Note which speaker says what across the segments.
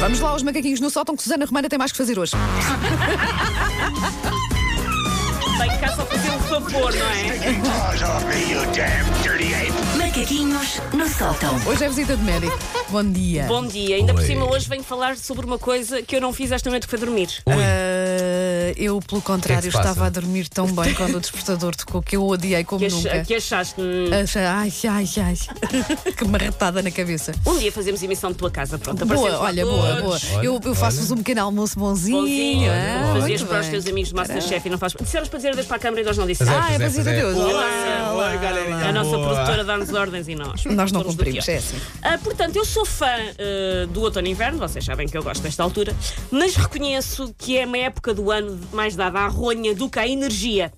Speaker 1: Vamos lá, os macaquinhos no sótão, que Susana Romana tem mais que fazer hoje.
Speaker 2: Vai ficar só fazer um favor, não é?
Speaker 3: Taking paws off me, you damn dirty ape!
Speaker 4: Macaquinhos no sótão.
Speaker 1: Hoje é visita de médico. Bom dia.
Speaker 2: Bom dia, ainda por
Speaker 5: Oi.
Speaker 2: cima hoje venho falar sobre uma coisa que eu não fiz esta noite que foi dormir.
Speaker 1: Ah, eu, pelo contrário,
Speaker 5: é passa?
Speaker 1: estava a dormir tão bem quando o despertador tocou que eu odiei como
Speaker 2: Que, ach-
Speaker 1: nunca.
Speaker 2: que achaste? Hum,
Speaker 1: Acha- Ai, ai, ai. que marretada na cabeça.
Speaker 2: Um dia fazemos emissão de tua casa, pronto.
Speaker 1: Boa,
Speaker 2: aparecemos lá
Speaker 1: olha,
Speaker 2: todos.
Speaker 1: boa, boa.
Speaker 5: Olha,
Speaker 1: Eu, eu faço-vos um pequeno almoço bonzinho.
Speaker 2: Bonzinho,
Speaker 1: ah,
Speaker 2: fazias
Speaker 1: muito
Speaker 2: para os
Speaker 1: bem.
Speaker 2: teus amigos do Masterchef e não faz. Disseram para dizer adeus para a câmara e nós não dissemos. Ah,
Speaker 1: Ah, é
Speaker 5: Zé,
Speaker 1: visita
Speaker 5: Zé.
Speaker 1: de hoje.
Speaker 5: Olá,
Speaker 1: Olá, olá.
Speaker 5: olá, galerinha.
Speaker 2: A nossa
Speaker 5: Boa.
Speaker 2: produtora dá-nos ordens e nós.
Speaker 1: Nós não
Speaker 2: fomos do
Speaker 1: cumprimos,
Speaker 2: fiel.
Speaker 1: é assim.
Speaker 2: Ah, portanto, eu sou fã ah, do outono e inverno, vocês sabem que eu gosto desta altura, mas reconheço que é uma época do ano mais dada à ronha do que à energia.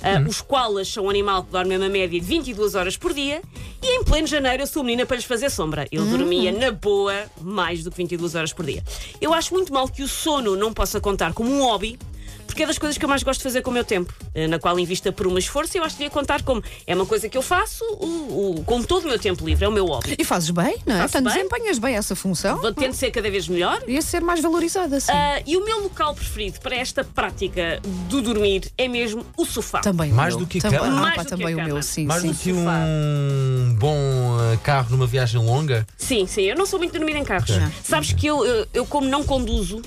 Speaker 2: Ah, Os koalas são um animal que dorme uma média de 22 horas por dia e em pleno janeiro eu sou menina para lhes fazer sombra. Ele dormia na boa mais do que 22 horas por dia. Eu acho muito mal que o sono não possa contar como um hobby, porque é das coisas que eu mais gosto de fazer com o meu tempo, eh, na qual invista por uma esforço, eu acho que devia contar como é uma coisa que eu faço o- o- com todo o meu tempo livre, é o meu hobby.
Speaker 1: E fazes bem, não é?
Speaker 2: Faço
Speaker 1: Portanto,
Speaker 2: bem.
Speaker 1: desempenhas bem essa função.
Speaker 2: Vou tendo de ser cada vez melhor.
Speaker 1: Ia ser mais valorizada, sim.
Speaker 2: Ah, e o meu local preferido para esta prática do dormir é mesmo o sofá.
Speaker 1: Também o
Speaker 5: Mais
Speaker 1: meu.
Speaker 5: do que a
Speaker 1: também,
Speaker 5: cama?
Speaker 1: Ah,
Speaker 2: Mais
Speaker 1: pá,
Speaker 2: do que a
Speaker 1: também o
Speaker 2: cama.
Speaker 1: meu, sim,
Speaker 5: Mais
Speaker 1: sim.
Speaker 5: do que um bom eh, carro numa viagem longa.
Speaker 2: Sim, sim, eu não sou muito de dormir em carros.
Speaker 5: Não.
Speaker 2: Sabes que eu, eu, eu, como não conduzo,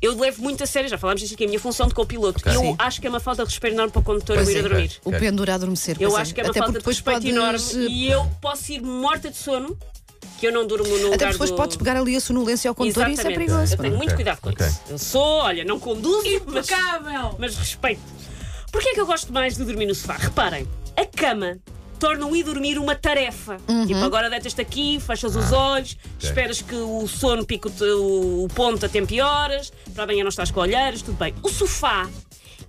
Speaker 2: eu levo muito a sério, já falámos disto aqui, a minha função de copiloto.
Speaker 5: Ok.
Speaker 2: Eu
Speaker 1: Sim.
Speaker 2: acho que é uma falta de respeito enorme para o condutor
Speaker 1: Pois
Speaker 2: eu ir
Speaker 1: é.
Speaker 2: a dormir.
Speaker 1: O pendura a adormecer.
Speaker 2: Eu
Speaker 1: pois
Speaker 2: acho que é uma
Speaker 1: Até
Speaker 2: falta
Speaker 1: porque depois
Speaker 2: de respeito
Speaker 1: podes,
Speaker 2: enorme
Speaker 1: eh,
Speaker 2: e eu posso ir morta de sono, que eu não durmo no lugar
Speaker 1: Até depois
Speaker 2: do...
Speaker 1: podes pegar ali a sonolência ao condutor e isso é
Speaker 2: Exatamente.
Speaker 1: perigoso.
Speaker 2: Eu tenho muito
Speaker 5: Ok,
Speaker 2: cuidado com
Speaker 5: ok.
Speaker 2: isso. Eu sou, olha, não conduzo, mas, mas respeito. Porquê é que eu gosto mais de dormir no sofá? Reparem, a cama torna o ir dormir uma tarefa.
Speaker 1: Uhum.
Speaker 2: Tipo, agora deitas-te aqui, fechas os
Speaker 1: Ah,
Speaker 2: olhos, esperas que o sono pique o, teu- o ponto a tempo e horas, para amanhã não estás com olheiras, tudo bem. O sofá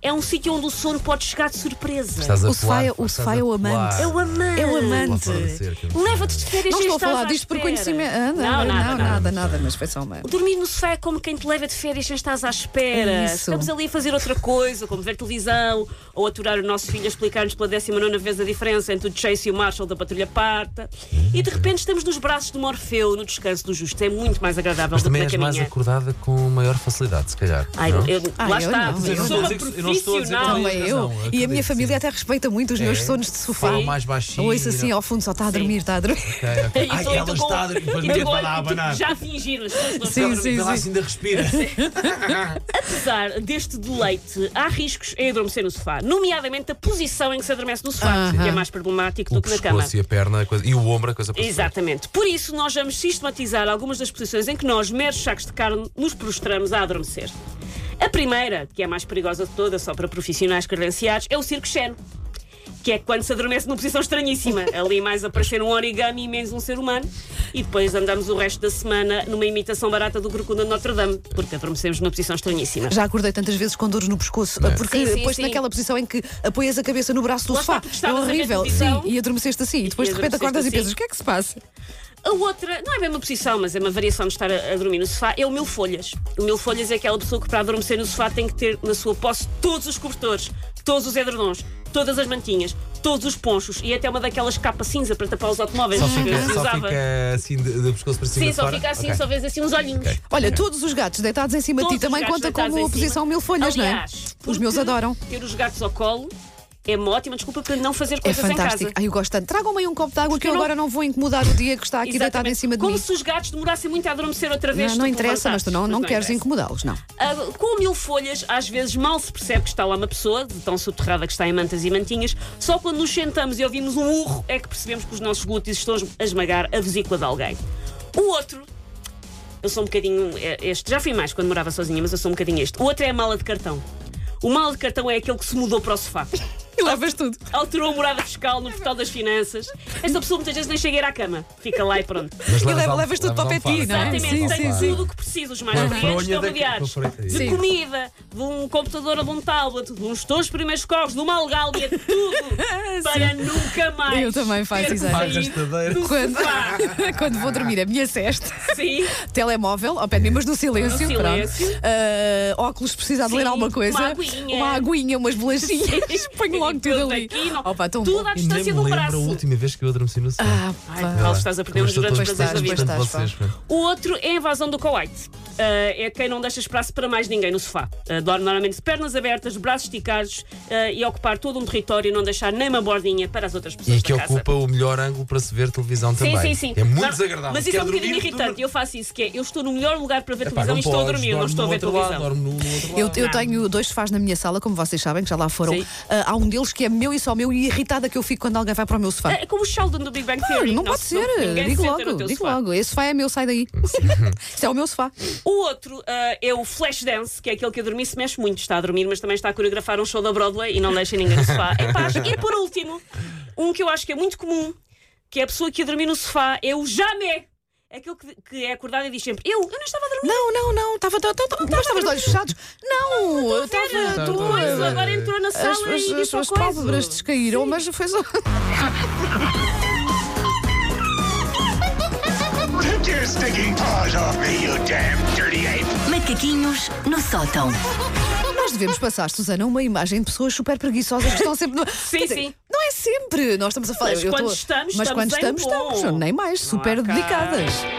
Speaker 2: é um sítio onde o sono pode chegar de surpresa.
Speaker 5: Estás a
Speaker 1: O sofá é-
Speaker 5: pular,
Speaker 1: o
Speaker 5: estás
Speaker 1: sofá
Speaker 5: a
Speaker 1: é o amante.
Speaker 5: pular.
Speaker 2: É o amante.
Speaker 1: É o amante.
Speaker 5: Lá fora da cerca.
Speaker 2: Leva-te de férias
Speaker 1: Não
Speaker 2: sem
Speaker 1: estou a
Speaker 2: estares
Speaker 1: falar
Speaker 2: à
Speaker 1: disto por
Speaker 2: espera.
Speaker 1: conhecimento. Ah, não,
Speaker 2: Não, nada, nada.
Speaker 1: nada, nada, mas foi só uma.
Speaker 2: Dormir no sofá é como quem te leva de férias sem estás à espera.
Speaker 1: É isso.
Speaker 2: Estamos ali a fazer outra coisa, como ver televisão, ou aturar o nosso filho a explicar-nos pela 19 vez a diferença entre o Chase e o Marshall da Patrulha Parta. E de repente estamos nos braços de Morfeu, no descanso do justo. É muito mais agradável
Speaker 5: Mas
Speaker 2: do que
Speaker 5: também
Speaker 2: na
Speaker 5: és mais
Speaker 2: caminha.
Speaker 5: acordada com maior facilidade, se calhar.
Speaker 2: Ai,
Speaker 5: não?
Speaker 2: eu,
Speaker 1: Ah,
Speaker 2: lá
Speaker 1: eu
Speaker 2: está,
Speaker 1: não, eu não
Speaker 2: sou
Speaker 1: estou
Speaker 5: a
Speaker 2: uma
Speaker 5: dizer que- eu não estou a dizer que
Speaker 2: profissional.
Speaker 5: não é.
Speaker 1: Também
Speaker 5: tens
Speaker 1: eu.
Speaker 5: razão,
Speaker 1: E a
Speaker 5: acredito
Speaker 1: minha
Speaker 5: que
Speaker 1: família
Speaker 5: sim.
Speaker 1: até respeita muito os meus
Speaker 5: É?
Speaker 1: sonos de sofá.
Speaker 5: Falam mais baixinho.
Speaker 1: Ouço assim ao fundo, só está a dormir, está a dormir.
Speaker 5: Ok, ok.
Speaker 2: E
Speaker 5: Ai, é um
Speaker 2: estou- e
Speaker 5: ela
Speaker 2: estou com-
Speaker 5: está a dormir. Depois
Speaker 2: e
Speaker 5: o dedo
Speaker 2: estou
Speaker 5: vai lá a
Speaker 2: com-
Speaker 5: abanar.
Speaker 2: Já fingiram, as pessoas não
Speaker 1: Sim,
Speaker 5: Ela
Speaker 1: sim,
Speaker 5: ainda
Speaker 1: sim.
Speaker 5: ainda respira.
Speaker 2: Apesar deste deleite, há riscos em adormecer no sofá, nomeadamente a posição em que se adormece no sofá,
Speaker 1: Aham.
Speaker 2: que é mais problemático
Speaker 5: O
Speaker 2: do que na cama.
Speaker 5: pescoço e a perna a coisa- e o ombro, a coisa para
Speaker 2: Exatamente. Por isso, nós vamos sistematizar algumas das posições em que nós, meros sacos de carne, nos prostramos a adormecer. A primeira, que é a mais perigosa de todas, só para profissionais credenciados, é o circo xeno. Que é quando se adormece numa posição estranhíssima. Ali mais aparecer um origami e menos um ser humano. E depois andamos o resto da semana numa imitação barata do Corcunda de Notre Dame. Porque adormecemos numa posição estranhíssima.
Speaker 1: Já acordei tantas vezes com dores no pescoço, porque
Speaker 2: É. Sim, sim,
Speaker 1: depois
Speaker 2: sim.
Speaker 1: naquela posição em que apoias a cabeça no braço do
Speaker 2: Lá está,
Speaker 1: sofá.
Speaker 2: porque
Speaker 1: É
Speaker 2: estavas a ver
Speaker 1: horrível. Sim,
Speaker 2: televisão.
Speaker 1: e adormeceste assim. E depois
Speaker 2: E
Speaker 1: de repente
Speaker 2: adormeceste
Speaker 1: acordas e
Speaker 2: assim.
Speaker 1: pensas: o que é que se passa?
Speaker 2: A outra, não é bem uma posição, mas é uma variação de estar a, a dormir no sofá, é o meu folhas. O meu folhas é aquela pessoa que para adormecer no sofá tem que ter na sua posse todos os cobertores, todos os edredons, todas as mantinhas, todos os ponchos e até uma daquelas capa cinza para tapar os automóveis
Speaker 5: Só
Speaker 2: que eu
Speaker 5: fica, só
Speaker 2: usava.
Speaker 5: fica assim de, de pescoço para cima.
Speaker 2: Sim,
Speaker 5: de
Speaker 2: só
Speaker 5: fora?
Speaker 2: fica assim,
Speaker 5: Ok.
Speaker 2: só vês assim uns olhinhos.
Speaker 5: Ok.
Speaker 1: Olha,
Speaker 5: Ok.
Speaker 1: todos os gatos deitados em cima de
Speaker 2: Todos
Speaker 1: ti também
Speaker 2: os gatos
Speaker 1: conta
Speaker 2: deitados
Speaker 1: como
Speaker 2: em
Speaker 1: posição
Speaker 2: cima.
Speaker 1: mil folhas, não é?
Speaker 2: Aliás,
Speaker 1: Os meus
Speaker 2: porque
Speaker 1: adoram.
Speaker 2: Ter os gatos ao colo é uma ótima desculpa para não fazer
Speaker 1: É
Speaker 2: coisas em casa.
Speaker 1: fantástico. Ai, eu gosto tanto. Tragam-me aí um copo de água que eu
Speaker 2: eu não-
Speaker 1: agora não vou incomodar o dia que está aqui deitado em
Speaker 2: Exatamente.
Speaker 1: cima de
Speaker 2: Como
Speaker 1: mim.
Speaker 2: se os gatos demorassem muito a adormecer outra vez.
Speaker 1: Não,
Speaker 2: tu
Speaker 1: não
Speaker 2: te
Speaker 1: interessa, mas tu não,
Speaker 2: levantares.
Speaker 1: não
Speaker 2: Mas
Speaker 1: queres
Speaker 2: interessa.
Speaker 1: incomodá-los, não.
Speaker 2: Ah, com mil folhas, às vezes mal se percebe que está lá uma pessoa, de tão soterrada que está em mantas e mantinhas. Só quando nos sentamos e ouvimos um urro é que percebemos que os nossos glúteos estão a esmagar a vesícula de alguém. O outro, eu sou um bocadinho eh, este, já fui mais quando morava sozinha, mas eu sou um bocadinho este. O outro é a mala de cartão. O mala de cartão é aquele que se mudou para o sofá.
Speaker 1: E levas tudo.
Speaker 2: Alterou a morada fiscal no portal das finanças. Esta pessoa muitas vezes nem chega a ir à cama. Fica lá e pronto.
Speaker 5: Mas um-
Speaker 1: E leva-
Speaker 5: al-
Speaker 1: levas tudo para o
Speaker 5: almofada,
Speaker 1: petinho, não é?
Speaker 5: levas
Speaker 2: Exatamente,
Speaker 5: almofada.
Speaker 2: tem tudo o que precisa, os mais
Speaker 5: Uma
Speaker 2: variados
Speaker 5: fronha da-
Speaker 2: familiares.
Speaker 5: uma fronha-
Speaker 2: De
Speaker 5: Sim.
Speaker 2: comida, de um computador ou de um tablet, de uns teus primeiros copos, de uma algálvia, tudo para nunca mais.
Speaker 1: Eu também faço,
Speaker 2: ter
Speaker 1: exato.
Speaker 2: saído
Speaker 5: Arrastadeira.
Speaker 2: do
Speaker 1: Quando,
Speaker 2: sofá.
Speaker 1: quando vou dormir, a minha cesta.
Speaker 2: Sim.
Speaker 1: Telemóvel, ao pé de mim, mas no silêncio.
Speaker 2: No silêncio.
Speaker 1: pronto. Ah, óculos, precisar de
Speaker 2: Sim,
Speaker 1: ler alguma coisa.
Speaker 2: uma aguinha.
Speaker 1: Uma aguinha, umas bolachinhas. Ponho logo tudo ali.
Speaker 2: Aqui, não,
Speaker 1: Opa, tão
Speaker 2: tudo
Speaker 1: bom.
Speaker 2: à
Speaker 5: E nem me
Speaker 2: distância do
Speaker 5: lembro a
Speaker 2: braço.
Speaker 5: última vez que eu adormeci no sofá.
Speaker 1: Ah,
Speaker 2: Ai,
Speaker 1: pá.
Speaker 2: Paulo, estás a perder
Speaker 5: Como
Speaker 2: uns
Speaker 5: estou
Speaker 2: grandes prazeres
Speaker 5: tão
Speaker 2: da
Speaker 1: distante,
Speaker 2: vida.
Speaker 5: distante de
Speaker 1: Estás,
Speaker 5: vocês, pá.
Speaker 2: O outro é a invasão do Kuwait. Uh, é quem não deixa espaço para mais ninguém no sofá. Uh, dorme normalmente de pernas abertas, braços esticados uh, e ocupar todo um território e não deixar nem uma bordinha para as outras pessoas
Speaker 5: E que
Speaker 2: da casa.
Speaker 5: ocupa o melhor ângulo para se ver televisão
Speaker 2: Sim,
Speaker 5: também.
Speaker 2: sim, sim.
Speaker 5: É muito
Speaker 2: Mas-
Speaker 5: desagradável.
Speaker 2: Mas isso é um
Speaker 5: Quer
Speaker 2: bocadinho
Speaker 5: dormir,
Speaker 2: irritante. Eu faço isso, que é, eu estou no melhor lugar para ver
Speaker 5: Epá,
Speaker 2: televisão e estou a
Speaker 5: podes,
Speaker 2: dormir, não
Speaker 5: dorme
Speaker 2: estou a
Speaker 5: no
Speaker 2: ver
Speaker 5: outro lado,
Speaker 2: televisão.
Speaker 5: dorme no outro lado.
Speaker 1: Eu, eu tenho dois sofás na minha sala, como vocês sabem, que já lá foram.
Speaker 2: Sim.
Speaker 1: Ah, há um deles que é meu e só meu e irritada que eu fico quando alguém vai para o meu sofá.
Speaker 2: É como o Sheldon do Big Bang
Speaker 1: Ah,
Speaker 2: Theory.
Speaker 1: não,
Speaker 2: Não
Speaker 1: pode
Speaker 2: se-
Speaker 1: ser.
Speaker 2: ninguém se
Speaker 1: Digo
Speaker 2: senta no
Speaker 1: logo,
Speaker 2: teu
Speaker 1: digo
Speaker 2: sofá.
Speaker 1: logo. Esse sofá é meu, sai daí. Isso é o meu sofá.
Speaker 2: O outro ah, é o Flashdance, que é aquele que a dormir se mexe muito. Está a dormir, mas também está a coreografar um show da Broadway e não deixa ninguém no sofá em paz. E por último, um que eu acho que é muito comum, que é a pessoa que ia dormir no sofá, é o Jamé. É aquele que, que é acordado e diz sempre: Eu, eu não estava a dormir.
Speaker 1: Não, não, não. Estava. Mas estavas de olhos fechados? Não, eu
Speaker 2: Vera,
Speaker 1: estava.
Speaker 5: tô
Speaker 1: tô-
Speaker 5: a ver.
Speaker 2: Pois, agora entrou na sala
Speaker 1: As, as,
Speaker 2: e
Speaker 1: as,
Speaker 2: disse
Speaker 1: as
Speaker 2: uma coisa.
Speaker 1: pálpebras descaíram, mas foi só.
Speaker 3: Take your stinking paws off me, you damn dirty ape!
Speaker 4: Macaquinhos no sótão.
Speaker 1: Nós devemos passar, Susana, uma imagem de pessoas super preguiçosas que estão sempre. No...
Speaker 2: Sim,
Speaker 1: Quer dizer,
Speaker 2: sim.
Speaker 1: Não é sempre. Nós estamos a falar.
Speaker 2: Mas
Speaker 1: eu
Speaker 2: quando
Speaker 1: tô-
Speaker 2: estamos,
Speaker 1: Mas
Speaker 2: estamos
Speaker 1: quando
Speaker 2: em
Speaker 1: estamos,
Speaker 2: bom.
Speaker 1: estamos. Nem mais.
Speaker 2: Não há
Speaker 1: super
Speaker 2: cá.
Speaker 1: dedicadas.